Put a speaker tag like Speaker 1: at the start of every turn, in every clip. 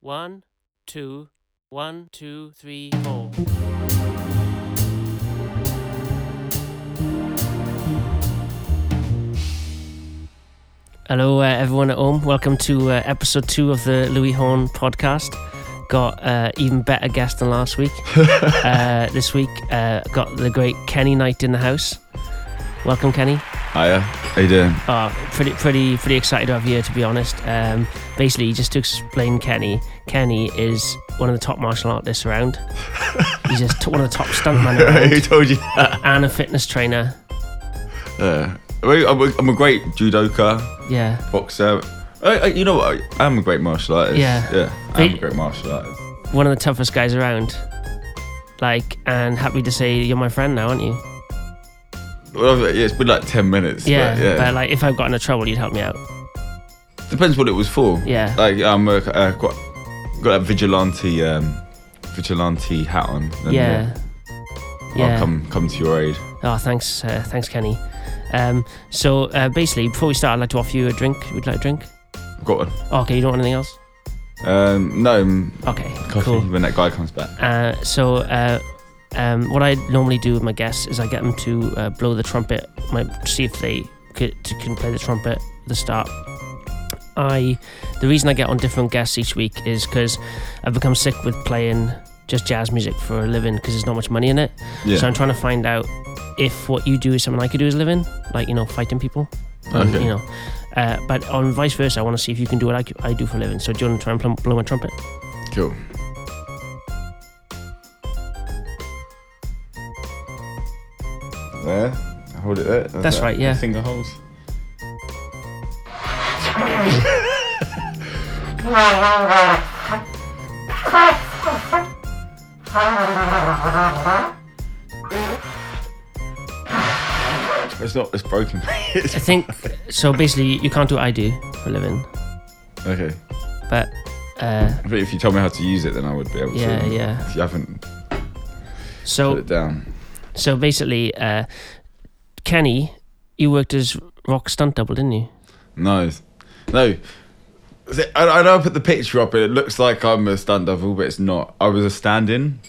Speaker 1: One, two, one, two, three, four. Hello, uh, everyone at home. Welcome to uh, episode two of the Louis Horn podcast. Got uh, even better guest than last week. uh, this week, uh, got the great Kenny Knight in the house. Welcome, Kenny.
Speaker 2: Hiya, how you doing?
Speaker 1: Oh, pretty, pretty, pretty excited to have you here, to be honest. Um, basically, just to explain, Kenny, Kenny is one of the top martial artists around. He's just t- one of the top stuntmen
Speaker 2: Who
Speaker 1: around,
Speaker 2: told you that?
Speaker 1: and a fitness trainer.
Speaker 2: Yeah. Well, I'm, a- I'm a great judoka,
Speaker 1: Yeah,
Speaker 2: boxer. I, I, you know what? I am a great martial artist.
Speaker 1: Yeah.
Speaker 2: Yeah, I'm
Speaker 1: Hey.
Speaker 2: a great martial artist.
Speaker 1: one of the toughest guys around. Like, and happy to say you're my friend now, aren't you?
Speaker 2: Well, I've- yeah, it's been like 10 minutes.
Speaker 1: Yeah,
Speaker 2: But yeah.
Speaker 1: but like, if I've got into trouble, you'd help me out.
Speaker 2: Depends what it was for.
Speaker 1: Yeah.
Speaker 2: Like, I'm a, uh, quite, got a vigilante um, vigilante hat on. and, uh,
Speaker 1: Yeah,
Speaker 2: I'll come, come to your aid.
Speaker 1: Oh, thanks, uh, thanks, Kenny. Um, so uh, basically, before we start, I'd like to offer you a drink. Would you like a drink?
Speaker 2: I've got one.
Speaker 1: okay, you don't want anything else?
Speaker 2: Um, no, mm,
Speaker 1: Okay,
Speaker 2: coffee
Speaker 1: cool.
Speaker 2: when that guy comes back.
Speaker 1: Uh, so, uh, um, what I normally do with my guests is I get them to uh, blow the trumpet, my, see if they could, to, can play the trumpet at the start. I, the reason I get on different guests each week is because I've become sick with playing just jazz music for a living because there's not much money in it.
Speaker 2: Yeah.
Speaker 1: So I'm trying to find out if what you do is something I could do as a living, like you know, fighting people. and,
Speaker 2: Okay.
Speaker 1: You know, uh, but on vice versa, I want to see if you can do what I, c- I do for a living. So do you want to try and plum- blow my trumpet?
Speaker 2: Cool. There. Hold it there.
Speaker 1: That's right, yeah.
Speaker 2: Finger holes. It's not. It's broken.
Speaker 1: I think so. Basically, you can't do what I do for a living,
Speaker 2: okay.
Speaker 1: but uh,
Speaker 2: But if you told me how to use it, then I would be able
Speaker 1: yeah, Oh.
Speaker 2: to.
Speaker 1: yeah.
Speaker 2: If you haven't put
Speaker 1: So
Speaker 2: it down.
Speaker 1: so basically, uh, Kenny, you worked as rock stunt double, didn't you?
Speaker 2: No, no. See, I, I know I put the picture up and it looks like I'm a stunt double, but it's not. I was a stand-in,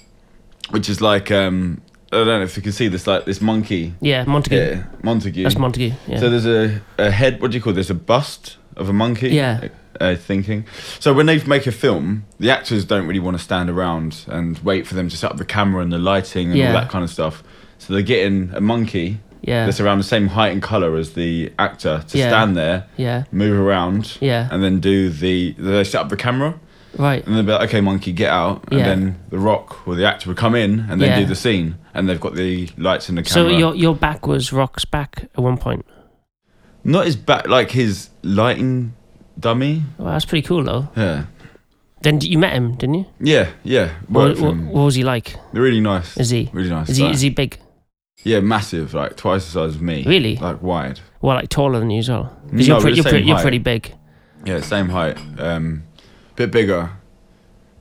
Speaker 2: which is like um, I don't know if you can see this like this monkey
Speaker 1: Yeah, Montague.
Speaker 2: here, Montague.
Speaker 1: That's Montague. Yeah.
Speaker 2: So there's a, a head. What do you call this? A bust of a monkey.
Speaker 1: Yeah.
Speaker 2: Uh, thinking. So when they make a film, the actors don't really want to stand around and wait for them to set up the camera and the lighting and
Speaker 1: Yeah.
Speaker 2: all that kind of stuff. So they're getting a monkey
Speaker 1: yeah.
Speaker 2: that's around the same height and color as the actor to
Speaker 1: Yeah.
Speaker 2: stand there
Speaker 1: Yeah.
Speaker 2: move around
Speaker 1: Yeah.
Speaker 2: and then do the they set up the camera
Speaker 1: Right.
Speaker 2: and they'll be like okay monkey get out and
Speaker 1: Yeah.
Speaker 2: then the rock or the actor would come in and then
Speaker 1: Yeah.
Speaker 2: do the scene and they've got the lights and the
Speaker 1: So
Speaker 2: camera
Speaker 1: your your back was Rock's back at one point.
Speaker 2: not his back like his lighting dummy
Speaker 1: Well, that's pretty cool though.
Speaker 2: yeah
Speaker 1: Then d- you met him, didn't you?
Speaker 2: yeah yeah
Speaker 1: What,
Speaker 2: worked
Speaker 1: what,
Speaker 2: for him.
Speaker 1: what was he like?
Speaker 2: really nice
Speaker 1: Is he?
Speaker 2: really nice
Speaker 1: Is he,
Speaker 2: like-
Speaker 1: is he big?
Speaker 2: yeah massive like twice the size of me
Speaker 1: Really?
Speaker 2: like wide
Speaker 1: Well, like taller than you as well. 'Cause
Speaker 2: No,
Speaker 1: you're,
Speaker 2: we're
Speaker 1: pre-
Speaker 2: the
Speaker 1: you're, pre-
Speaker 2: same
Speaker 1: you're
Speaker 2: height.
Speaker 1: pretty big.
Speaker 2: Yeah, same height, um, bit bigger.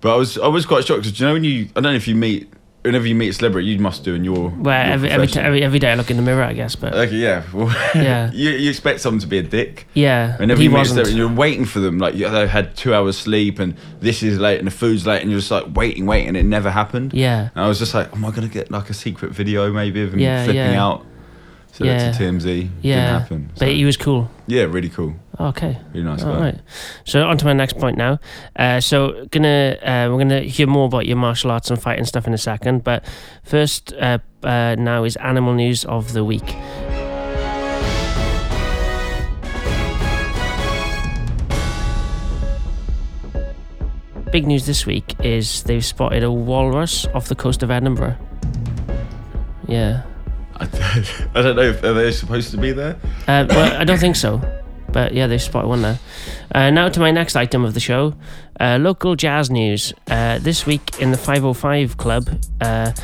Speaker 2: But I was I was quite shocked because you know when you I don't know if you meet whenever you meet a celebrity you must do in your
Speaker 1: Well,
Speaker 2: your
Speaker 1: every every, t-
Speaker 2: profession.
Speaker 1: every every day I look in the mirror, I guess. But
Speaker 2: okay yeah well,
Speaker 1: yeah,
Speaker 2: you you expect someone to be a dick
Speaker 1: yeah.
Speaker 2: whenever
Speaker 1: he
Speaker 2: you meet a
Speaker 1: wasn't.
Speaker 2: celebrity you're waiting for them like you they had two hours sleep and this is late and the food's late and you're just like waiting waiting and it never happened
Speaker 1: Yeah.
Speaker 2: and I was just like am I gonna get like a secret video maybe of him
Speaker 1: Yeah,
Speaker 2: flipping
Speaker 1: yeah.
Speaker 2: out so
Speaker 1: Yeah.
Speaker 2: that's a TMZ
Speaker 1: Yeah.
Speaker 2: didn't happen so,
Speaker 1: But he was cool.
Speaker 2: yeah really cool
Speaker 1: Okay.
Speaker 2: really nice
Speaker 1: All
Speaker 2: guy
Speaker 1: right. So on to my next point now. Uh, so gonna uh, we're gonna hear more about your martial arts and fighting stuff in a second. But first uh, uh, now is animal news of the week. Big news this week is they've spotted a walrus off the coast of Edinburgh. Yeah.
Speaker 2: I, I don't know if are they supposed to be there
Speaker 1: Uh, well, I don't think so. But yeah, they spotted one there. Uh, now to my next item of the show uh, local jazz news. Uh, this week in the 505 Club, uh, uh,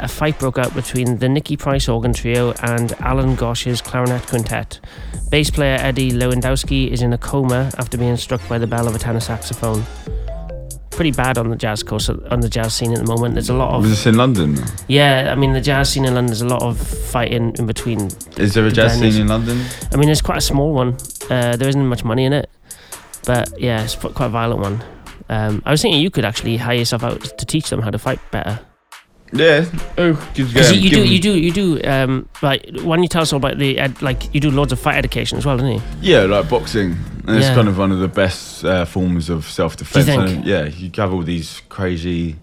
Speaker 1: a fight broke out between the Nicky Price organ trio and Alan Gosh's clarinet quintet. Bass player Eddie Lewandowski is in a coma after being struck by the bell of a tenor saxophone. Pretty bad on the jazz course, on the jazz scene at the moment. There's a lot
Speaker 2: was
Speaker 1: of
Speaker 2: this in London
Speaker 1: yeah. I mean, the jazz scene in London there's a lot of fighting in between
Speaker 2: Is there a jazz
Speaker 1: Depends.
Speaker 2: scene in London?
Speaker 1: I mean, it's quite a small one. Uh, there isn't much money in it, but yeah, it's quite quite a violent one. Um, I was thinking you could actually hire yourself out to teach them how to fight better.
Speaker 2: Yeah. Oh, just
Speaker 1: Because
Speaker 2: go.
Speaker 1: you, you,
Speaker 2: give
Speaker 1: do,
Speaker 2: them-
Speaker 1: you do, you do, um, like, why don't you tell us all about the, ed, like, you do loads of fight education as well, don't you?
Speaker 2: Yeah, like boxing. And
Speaker 1: Yeah.
Speaker 2: It's kind of one of the best uh, forms of self defense.
Speaker 1: think?
Speaker 2: Yeah, you have all these crazy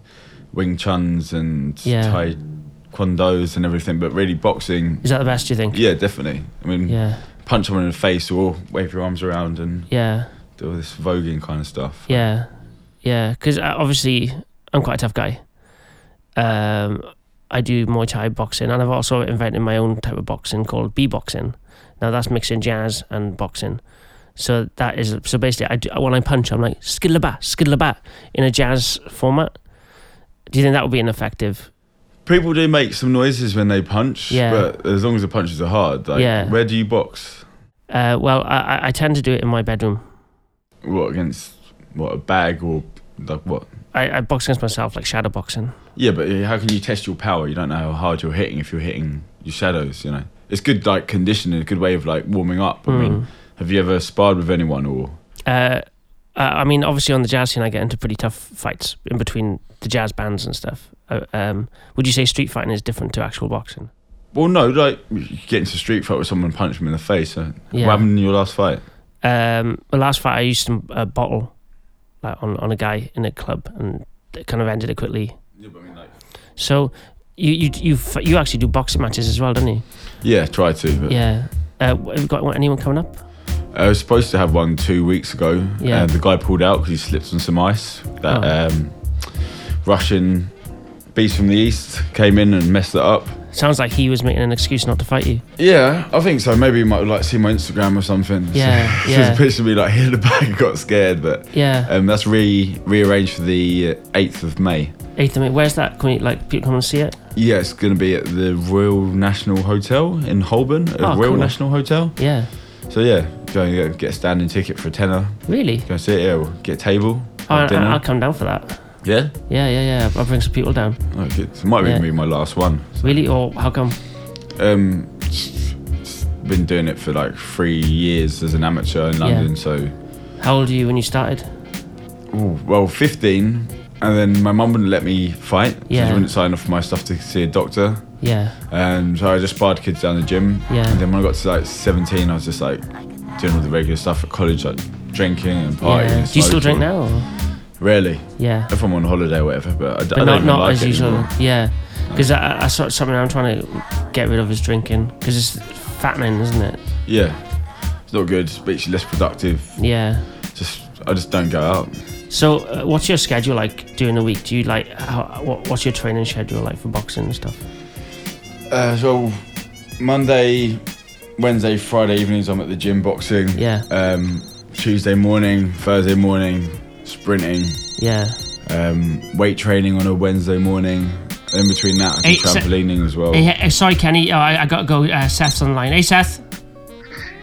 Speaker 2: Wing Chuns and
Speaker 1: Yeah.
Speaker 2: Tai Kwondos and everything, but really boxing,
Speaker 1: Is that the best, do you think?
Speaker 2: yeah, definitely. I mean,
Speaker 1: Yeah,
Speaker 2: punch someone in the face or wave your arms around and
Speaker 1: yeah,
Speaker 2: do all this voguing kind of stuff.
Speaker 1: yeah, yeah. Because obviously, I'm quite a tough guy. Um, I do Muay Thai boxing, and I've also invented my own type of boxing called B boxing. Now that's mixing jazz and boxing. So that is so basically, I do, when I punch, I'm like skidla skidlabat in a jazz format. Do you think that would be an effective?
Speaker 2: People do make some noises when they punch,
Speaker 1: Yeah.
Speaker 2: but as long as the punches are hard, like,
Speaker 1: Yeah.
Speaker 2: where do you box?
Speaker 1: Uh, well, I, I- I tend to do it in my bedroom.
Speaker 2: What, against what, a bag or like what?
Speaker 1: I, I box against myself like shadow boxing.
Speaker 2: Yeah, but how can you test your power? You don't know how hard you're hitting if you're hitting your shadows. You know, it's good like conditioning, a good way of like warming up.
Speaker 1: Hmm.
Speaker 2: I
Speaker 1: Mm.
Speaker 2: mean, have you ever sparred with anyone or?
Speaker 1: uh, uh, I mean, obviously on the jazz scene, I get into pretty tough fights in between the jazz bands and stuff. Uh, um, would you say street fighting is different to actual boxing?
Speaker 2: Well, no, like you get into a street fight with someone and punch them in the face. Uh,
Speaker 1: Yeah.
Speaker 2: What happened in your last fight?
Speaker 1: Um, the last fight, I used some, a bottle like, on on a guy in a club, and it kind of ended it quickly.
Speaker 2: Yeah, but I mean, like.
Speaker 1: So you you you f- you actually do boxing matches as well, don't you?
Speaker 2: Yeah, try to. But
Speaker 1: Yeah. Uh, wh- have you got anyone coming up?
Speaker 2: I was supposed to have one two weeks ago.
Speaker 1: Yeah.
Speaker 2: And the guy pulled out because he slipped on some ice. That
Speaker 1: Oh.
Speaker 2: um, Russian beast from the east came in and messed it up.
Speaker 1: Sounds like he was making an excuse not to fight you.
Speaker 2: Yeah, I think so. Maybe you might like see my Instagram or something.
Speaker 1: Yeah,
Speaker 2: There's
Speaker 1: yeah.
Speaker 2: a picture of me like hit the bag and got scared, but
Speaker 1: Yeah.
Speaker 2: um, that's re rearranged for the uh, eighth of May.
Speaker 1: Eighth of May. Where's that? Can we like people come and see it?
Speaker 2: Yeah, it's gonna be at the Royal National Hotel in Holborn. at
Speaker 1: Oh,
Speaker 2: Royal
Speaker 1: cool.
Speaker 2: National Hotel.
Speaker 1: Yeah.
Speaker 2: So yeah, go and get- get a standing ticket for a tenner.
Speaker 1: Really?
Speaker 2: Go and sit here, or get a table.
Speaker 1: Oh,
Speaker 2: have
Speaker 1: I,
Speaker 2: dinner.
Speaker 1: I- I'll come down for that.
Speaker 2: yeah.
Speaker 1: Yeah, yeah, yeah. I'll bring some people down.
Speaker 2: Oh, good. It might
Speaker 1: Yeah.
Speaker 2: even be my last one.
Speaker 1: Really? Or how come?
Speaker 2: Um, s- s- been doing it for like three years as an amateur in London, so
Speaker 1: How old were you when you started?
Speaker 2: Ooh, well, 15, and then my mum wouldn't let me fight. Yeah.
Speaker 1: Yeah.
Speaker 2: She wouldn't sign off my stuff to see a doctor.
Speaker 1: Yeah.
Speaker 2: And so I just sparred kids down the gym.
Speaker 1: Yeah.
Speaker 2: And then when I got to like 17, I was just like doing all the regular stuff at college, like drinking and partying.
Speaker 1: yeah.
Speaker 2: and
Speaker 1: Do you still drink
Speaker 2: smoking.
Speaker 1: now? Or?
Speaker 2: Rarely.
Speaker 1: Yeah.
Speaker 2: If I'm on holiday or whatever, but I, d- I
Speaker 1: But
Speaker 2: don't
Speaker 1: not,
Speaker 2: even
Speaker 1: not
Speaker 2: like
Speaker 1: as
Speaker 2: it
Speaker 1: usual.
Speaker 2: anymore.
Speaker 1: Yeah. Because I, I, I sort of something I'm trying to get rid of is drinking. Because it's fattening, isn't it?
Speaker 2: Yeah. It's not good. It makes you less productive.
Speaker 1: Yeah.
Speaker 2: Just I just don't go out.
Speaker 1: So, uh, what's your schedule like during the week? Do you like, how, what, what's your training schedule like for boxing and stuff?
Speaker 2: Uh, so Monday, Wednesday, Friday evenings, I'm at the gym boxing.
Speaker 1: Yeah.
Speaker 2: Um, Tuesday morning, Thursday morning, sprinting,
Speaker 1: Yeah.
Speaker 2: um, weight training on a Wednesday morning. In between that, I do
Speaker 1: Hey, so-
Speaker 2: trampolining as well.
Speaker 1: Hey, hey, sorry, Kenny. Oh, I, I got to go. Uh, Seth's online. Hey, Seth.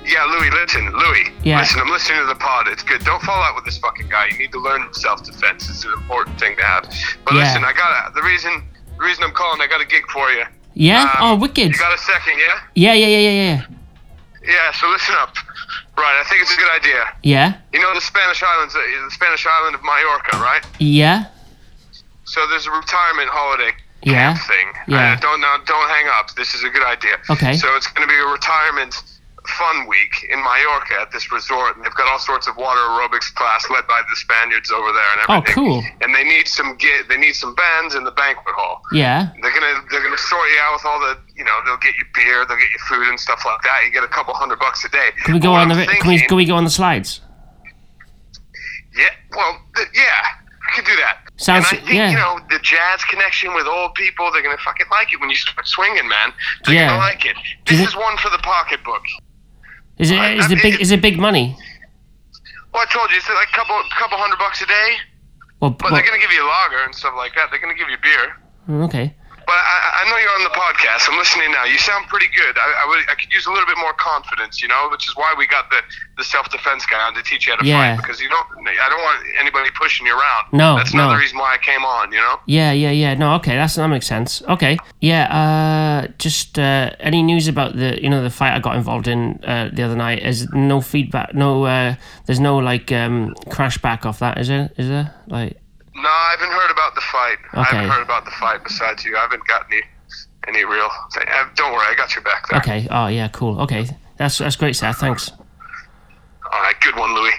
Speaker 3: Yeah, Louis, listen, Louis.
Speaker 1: Yeah.
Speaker 3: Listen, I'm listening to the pod. It's good. Don't fall out with this fucking guy. You need to learn self-defense. It's an important thing to have. But
Speaker 1: Yeah.
Speaker 3: listen, I got the reason. The reason I'm calling, I got a gig for you.
Speaker 1: Yeah? oh,
Speaker 3: Um,
Speaker 1: wicked.
Speaker 3: You got a second, yeah?
Speaker 1: yeah, yeah, yeah, yeah, yeah.
Speaker 3: Yeah. So listen up. Right, I think it's a good idea.
Speaker 1: Yeah.
Speaker 3: You know the Spanish islands, uh, the Spanish island of Mallorca, right?
Speaker 1: Yeah.
Speaker 3: So there's a retirement holiday
Speaker 1: Yeah.
Speaker 3: camp thing.
Speaker 1: Yeah.
Speaker 3: Uh, don't now don't hang up. This is a good idea.
Speaker 1: Okay.
Speaker 3: So it's going to be a retirement fun week in Mallorca at this resort, and they've got all sorts of water aerobics class led by the Spaniards over there and
Speaker 1: Oh,
Speaker 3: everything.
Speaker 1: cool.
Speaker 3: And they need some get, they need some bands in the banquet hall.
Speaker 1: Yeah.
Speaker 3: They're gonna they're gonna sort you out with all the you know they'll get you beer, they'll get you food and stuff like that. You get a couple hundred bucks a day.
Speaker 1: Can we go
Speaker 3: What
Speaker 1: on the
Speaker 3: I'm
Speaker 1: can we
Speaker 3: thinking-
Speaker 1: can we go on the slides?
Speaker 3: Yeah, well, th- yeah, I could do that.
Speaker 1: Sounds-
Speaker 3: and I think,
Speaker 1: yeah.
Speaker 3: you know, the jazz connection with old people, they're going to fucking like it when you start swinging, man. They're
Speaker 1: Yeah.
Speaker 3: going to like it.
Speaker 1: Do you
Speaker 3: This
Speaker 1: thi-
Speaker 3: is one for the pocketbook.
Speaker 1: Is it
Speaker 3: I-
Speaker 1: is
Speaker 3: I'm
Speaker 1: it big
Speaker 3: in.
Speaker 1: is it big money?
Speaker 3: Well, I told you, it's like a couple, couple hundred bucks a day,
Speaker 1: Well,
Speaker 3: but
Speaker 1: well,
Speaker 3: they're going to give you lager and stuff like that. They're going to give you beer.
Speaker 1: mm, okay.
Speaker 3: But I, I know you're on the podcast. I'm listening now. You sound pretty good. I, I, would, I could use a little bit more confidence, you know, which is why we got the, the self defense guy on to teach you how to
Speaker 1: Yeah.
Speaker 3: fight because you don't. I don't want anybody pushing you around.
Speaker 1: No,
Speaker 3: that's another
Speaker 1: no.
Speaker 3: reason why I came on. You know.
Speaker 1: Yeah, yeah, yeah. No, okay, that's that makes sense. Okay, yeah. Uh, just uh, any news about the you know the fight I got involved in uh, the other night? Is no feedback? No, uh, there's no like um, crash back off that, is there? Is there like?
Speaker 3: No, I haven't heard about the fight. I
Speaker 1: Okay.
Speaker 3: haven't heard about the fight. Besides you, I haven't got any any real. Thing. Uh, Don't worry, I got your back there.
Speaker 1: Okay. Oh yeah, cool. Okay, that's that's great, Seth. Thanks.
Speaker 3: All right, good one, Louis.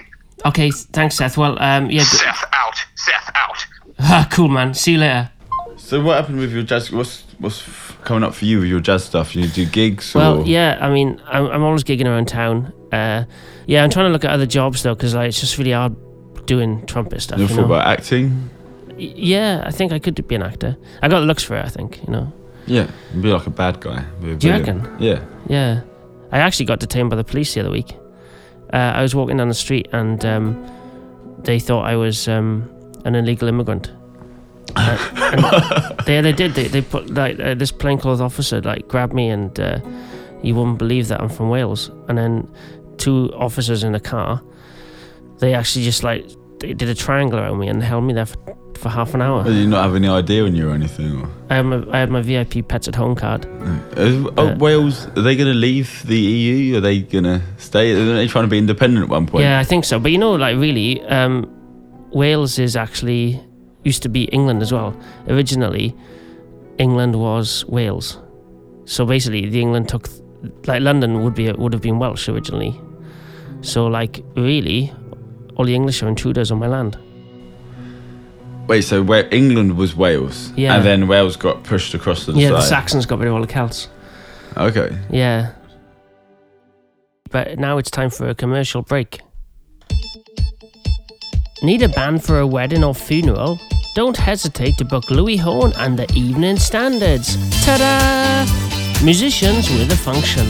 Speaker 1: Okay, thanks, Seth. Well, um, yeah, g-
Speaker 3: Seth out. Seth out.
Speaker 1: cool, man. See you later.
Speaker 2: So what happened with your jazz? What's what's f- coming up for you with your jazz stuff? You do gigs?
Speaker 1: Well,
Speaker 2: or?
Speaker 1: yeah, I mean, I'm, I'm always gigging around town. Uh, yeah, I'm trying to look at other jobs though, because like it's just really hard doing trumpet stuff.
Speaker 2: You
Speaker 1: You
Speaker 2: thought
Speaker 1: know?
Speaker 2: about acting?
Speaker 1: Y- Yeah, I think I could be an actor. I got the looks for it. I think you know.
Speaker 2: Yeah, you'd be like a bad guy. Be a
Speaker 1: Do you
Speaker 2: villain.
Speaker 1: reckon?
Speaker 2: Yeah.
Speaker 1: Yeah, I actually got detained by the police the other week. Uh, I was walking down the street and um, they thought I was um, an illegal immigrant. Uh, and yeah, they did. They, they put like uh, this plainclothes officer like grabbed me and uh, you wouldn't believe that I'm from Wales. And then two officers in a car, they actually just like they did a triangle around me and held me there for, for half an hour.
Speaker 2: But you not have any idea when you're anything. Or,
Speaker 1: I had, my, I had my VIP pets at home card.
Speaker 2: Is-
Speaker 1: Uh,
Speaker 2: oh, Wales, are they going to leave the EU? Are they going to stay? Are they trying to be independent at one point?
Speaker 1: Yeah, I think so. But you know, like really, um, Wales is actually used to be England as well. Originally, England was Wales. So basically, the England took like London would be would have been Welsh originally. So like really, all the English are intruders on my land.
Speaker 2: Wait, so where England was Wales,
Speaker 1: Yeah.
Speaker 2: and then Wales got pushed across to the
Speaker 1: Yeah, the
Speaker 2: side.
Speaker 1: Saxons got rid of all the Celts.
Speaker 2: okay.
Speaker 1: Yeah. But now it's time for a commercial break. Need a band for a wedding or funeral? Don't hesitate to book Louis Horn and the Evening Standards. Ta da! Musicians with a function.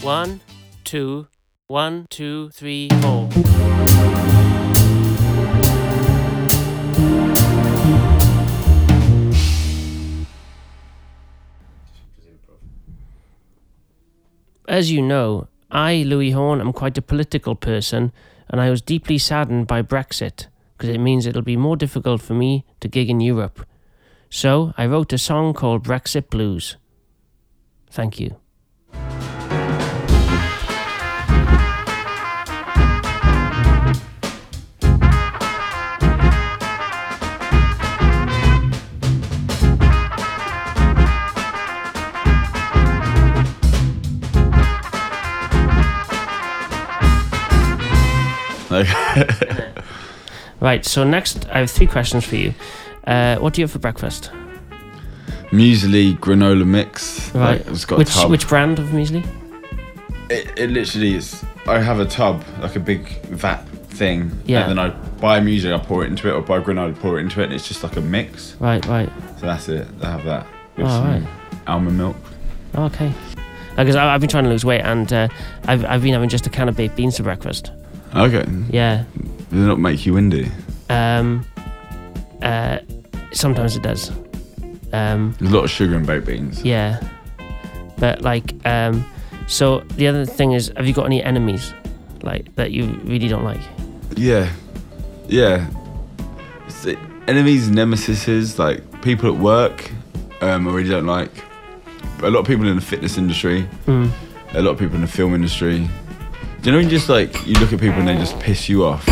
Speaker 1: One, two, one, two, three, four. As you know, I, Louis Horn, am quite a political person, and I was deeply saddened by Brexit, because it means it'll be more difficult for me to gig in Europe. So I wrote a song called Brexit Blues. Thank you.
Speaker 2: Like,
Speaker 1: Right, so next I have three questions for you. Uh, what do you have for breakfast?
Speaker 2: muesli granola mix.
Speaker 1: Right,
Speaker 2: Like, it's got
Speaker 1: which
Speaker 2: a tub.
Speaker 1: which brand of muesli?
Speaker 2: It, it literally is. I have a tub, like a big vat thing.
Speaker 1: Yeah.
Speaker 2: And then I buy muesli, I pour it into it, or buy granola, pour it into it, and it's just like a mix.
Speaker 1: Right, right.
Speaker 2: So that's it. I have that with
Speaker 1: Oh,
Speaker 2: some
Speaker 1: right.
Speaker 2: almond milk.
Speaker 1: Okay. Because I I've been trying to lose weight, and uh, I've I've been having just a can of baked beans for breakfast.
Speaker 2: Okay.
Speaker 1: Yeah.
Speaker 2: Does it not make you windy?
Speaker 1: Um, uh, sometimes it does. Um,
Speaker 2: There's a lot of sugar in baked beans.
Speaker 1: yeah. But like, um, so the other thing is, have you got any enemies, like that you really don't like?
Speaker 2: Yeah. Yeah. It's it- enemies, nemesises, like people at work, um, I really don't like. A lot of people in the fitness industry, a lot of people in the film industry. Do you know when you just like, you look at people and they just piss you off?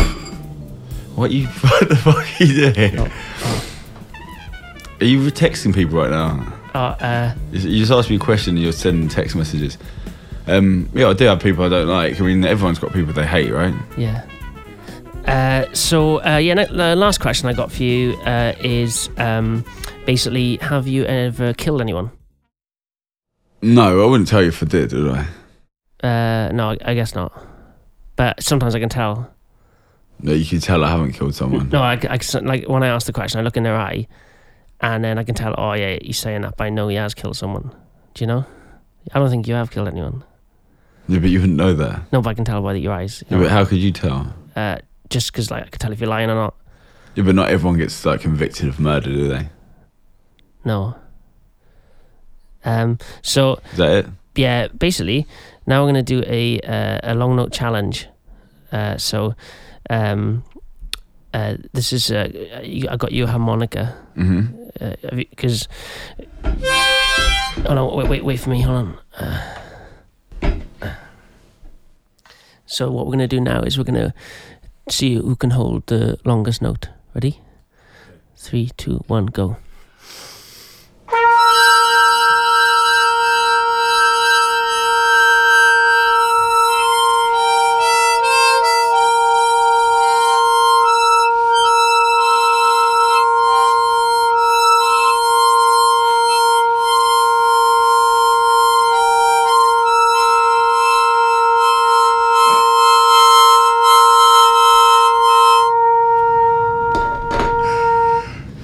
Speaker 2: What you, what the fuck are you doing? Are you texting people right now?
Speaker 1: Uh, uh,
Speaker 2: You just asked me a question and you're sending text messages. Um, yeah, I do have people I don't like. I mean, everyone's got people they hate, right?
Speaker 1: yeah. Uh, so uh, yeah, no, the last question I got for you uh, is um, basically, have you ever killed anyone?
Speaker 2: No, I wouldn't tell you if I did, would I?
Speaker 1: Uh, no, I, I guess not. But sometimes I can tell.
Speaker 2: No, you can tell I haven't killed someone.
Speaker 1: No, I, I can- like when I ask the question, I look in their eye, and then I can tell. Oh yeah, he's saying that, but I know he has killed someone. Do you know? I don't think you have killed anyone.
Speaker 2: Yeah, but you wouldn't know that.
Speaker 1: No, but I can tell by your eyes. you
Speaker 2: Yeah,
Speaker 1: know?
Speaker 2: but how could you tell?
Speaker 1: uh, just because, like, I can tell if you're lying or not.
Speaker 2: Yeah, but not everyone gets like convicted of murder, do they?
Speaker 1: No, Um, so
Speaker 2: Is that it?
Speaker 1: yeah, basically, now we're going to do a uh, a long note challenge. Uh, so, um, uh, this is uh, you- I got you a harmonica Uh,
Speaker 2: Mm-hmm.
Speaker 1: because. hold on, wait, wait, wait for me. Hold on. Uh, so what we're going to do now is we're going to see who can hold the longest note. Ready? Three, two, one, go.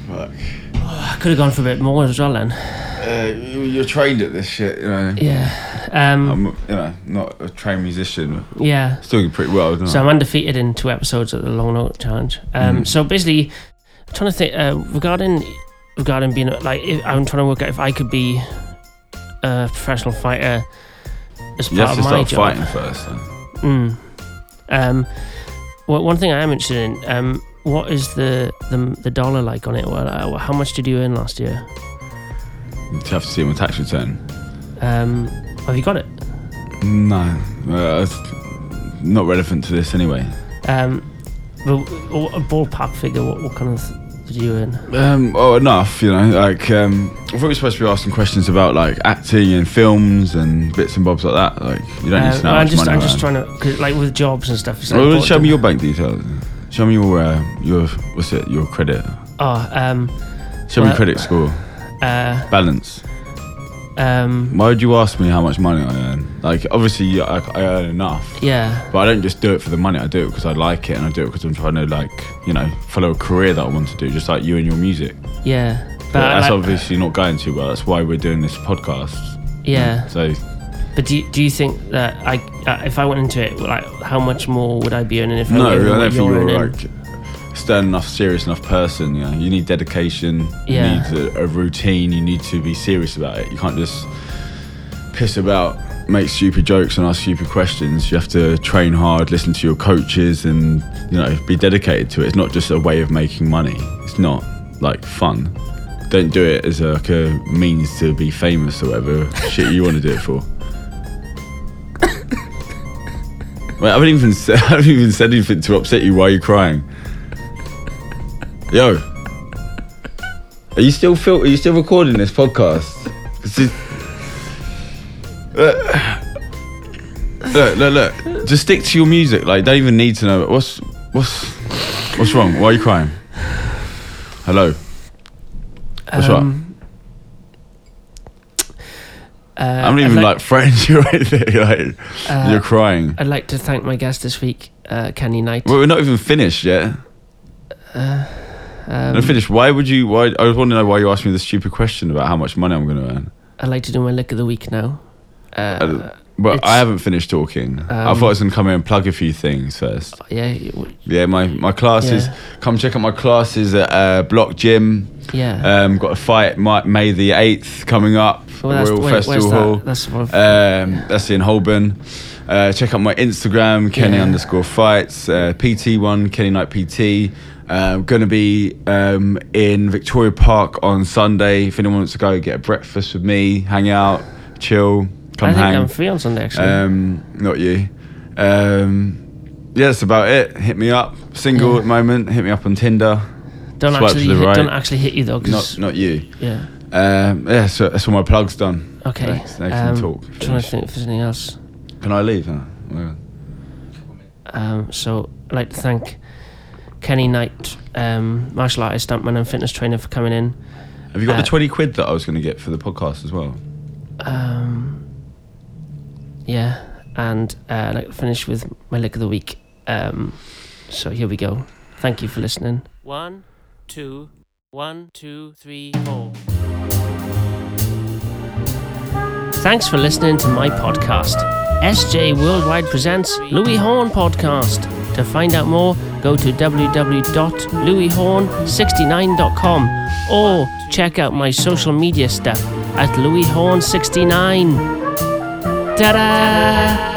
Speaker 2: Fuck.
Speaker 1: I could have gone for a bit more as well then.
Speaker 2: Uh, you- you're trained at this shit, you know.
Speaker 1: Yeah. Um,
Speaker 2: I'm, you know, not a trained musician.
Speaker 1: yeah.
Speaker 2: Still doing pretty well, don't
Speaker 1: So
Speaker 2: I?
Speaker 1: I'm undefeated in two episodes of the Long Note Challenge. Um, So basically, I'm trying to think uh, regarding regarding being a- like if, I'm trying to work out if I could be a professional fighter as
Speaker 2: You have
Speaker 1: part
Speaker 2: to
Speaker 1: of my
Speaker 2: start
Speaker 1: job.
Speaker 2: fighting first.
Speaker 1: Mm.
Speaker 2: Then.
Speaker 1: Um, wha- one thing I am interested in. Um, what is the, the the dollar like on it? Well, uh, how much did you earn last year?
Speaker 2: You have to see my tax return.
Speaker 1: Um, have you got it?
Speaker 2: No, uh, it's not relevant to this anyway.
Speaker 1: Um, but w- a ballpark figure. What, what kind of th- did you earn?
Speaker 2: Um, oh, enough, you know. Like, um, I thought we were supposed to be asking questions about like acting and films and bits and bobs like that. Like, you don't need
Speaker 1: Uh,
Speaker 2: to know. how
Speaker 1: I'm
Speaker 2: much
Speaker 1: just,
Speaker 2: money
Speaker 1: I'm
Speaker 2: I
Speaker 1: just
Speaker 2: earn.
Speaker 1: trying to, cause like with jobs and stuff. It's like
Speaker 2: Well, show me
Speaker 1: important.
Speaker 2: your bank details. Show me your uh, your what's it? Your credit.
Speaker 1: Oh, um,
Speaker 2: Show me
Speaker 1: Well-
Speaker 2: credit score
Speaker 1: uh,
Speaker 2: balance.
Speaker 1: um,
Speaker 2: Why would you ask me how much money I earn? Like, obviously, I, I earn enough,
Speaker 1: yeah,
Speaker 2: but I don't just do it for the money. I do it because I like it, and I do it because I'm trying to like, you know, follow a career that I want to do, just like you and your music.
Speaker 1: yeah. But
Speaker 2: But that's
Speaker 1: like,
Speaker 2: obviously not going too well. That's why we're doing this podcast.
Speaker 1: yeah.
Speaker 2: So
Speaker 1: But do you, do you think that I, uh, if I went into it, like, how much more would I be earning if
Speaker 2: no,
Speaker 1: I
Speaker 2: I
Speaker 1: were earning
Speaker 2: don't
Speaker 1: what
Speaker 2: think
Speaker 1: you're
Speaker 2: you're
Speaker 1: earning?
Speaker 2: like stern enough, serious enough person. You know, you need dedication.
Speaker 1: Yeah.
Speaker 2: You need a, a routine. You need to be serious about it. You can't just piss about, make stupid jokes, and ask stupid questions. You have to train hard, listen to your coaches, and you know, be dedicated to it. It's not just a way of making money. It's not like fun. Don't do it as a, like a means to be famous or whatever shit you want to do it for. Wait, I haven't even said, I haven't even said anything to upset you. Why are you crying? Yo, are you still fil- Are you still recording this podcast? 'Cause it- Look, look, look, look. Just stick to your music. Like, don't even need to know what's what's what's wrong. Why are you crying? Hello. What's
Speaker 1: Um, Uh,
Speaker 2: I'm not
Speaker 1: I'd
Speaker 2: even like, friends you or anything. Like,
Speaker 1: uh,
Speaker 2: you're crying.
Speaker 1: I'd like to thank my guest this week, uh, Kenny Knight.
Speaker 2: Well, we're not even finished yet.
Speaker 1: Um,
Speaker 2: No, finish. Why would you? Why? I want to know why you asked me the stupid question about how much money I'm going to earn.
Speaker 1: I'd like to do my lick of the week now. Uh,
Speaker 2: But I
Speaker 1: It's-
Speaker 2: haven't finished talking. I
Speaker 1: Um,
Speaker 2: thought I was going to come in and plug a few things first.
Speaker 1: yeah, you-
Speaker 2: Yeah, my my classes.
Speaker 1: Yeah.
Speaker 2: Come check out my classes at uh, Block Gym.
Speaker 1: yeah.
Speaker 2: Um, got a fight Mi- May the eighth coming up.
Speaker 1: Well, that's-
Speaker 2: Royal
Speaker 1: wait, where's
Speaker 2: Festival
Speaker 1: that?
Speaker 2: Hall.
Speaker 1: That's what-
Speaker 2: um, that's in Holborn. Uh, check out my Instagram, Kenny
Speaker 1: Yeah.
Speaker 2: underscore fights, uh, PT one, Kenny Knight PT. Um, gonna be um, in Victoria Park on Sunday. If anyone wants to go, get a breakfast with me, hang out, chill, come
Speaker 1: I think
Speaker 2: hang.
Speaker 1: I'm free on Sunday actually.
Speaker 2: Um, not you. Um, yeah, that's about it. Hit me up. Single
Speaker 1: Yeah.
Speaker 2: at the moment. Hit me up on Tinder.
Speaker 1: don't
Speaker 2: swipe to
Speaker 1: actually
Speaker 2: the
Speaker 1: hit,
Speaker 2: right.
Speaker 1: don't actually hit you though,
Speaker 2: Not
Speaker 1: 'cause-
Speaker 2: not you.
Speaker 1: yeah.
Speaker 2: Um, yeah, so that's all my plugs done.
Speaker 1: Okay.
Speaker 2: They, they can
Speaker 1: um,
Speaker 2: talk.
Speaker 1: Trying
Speaker 2: Finish.
Speaker 1: to think if there's anything else.
Speaker 2: Can I leave? Huh? Oh my God.
Speaker 1: Um, so I'd like to thank Kenny Knight, um, martial artist, stuntman, and fitness trainer for coming in.
Speaker 2: Have you got
Speaker 1: Uh,
Speaker 2: the twenty quid that I was going to get for the podcast as well?
Speaker 1: Um, yeah, and uh, I'd like to finish with my lick of the week. Um, so here we go. Thank you for listening. One, two, one, two, three, four. Thanks for listening to my podcast. SJ Worldwide presents Louis Horn Podcast. To find out more, go to www.louishorn69.com or check out my social media stuff at Louis Horn 69. Ta da!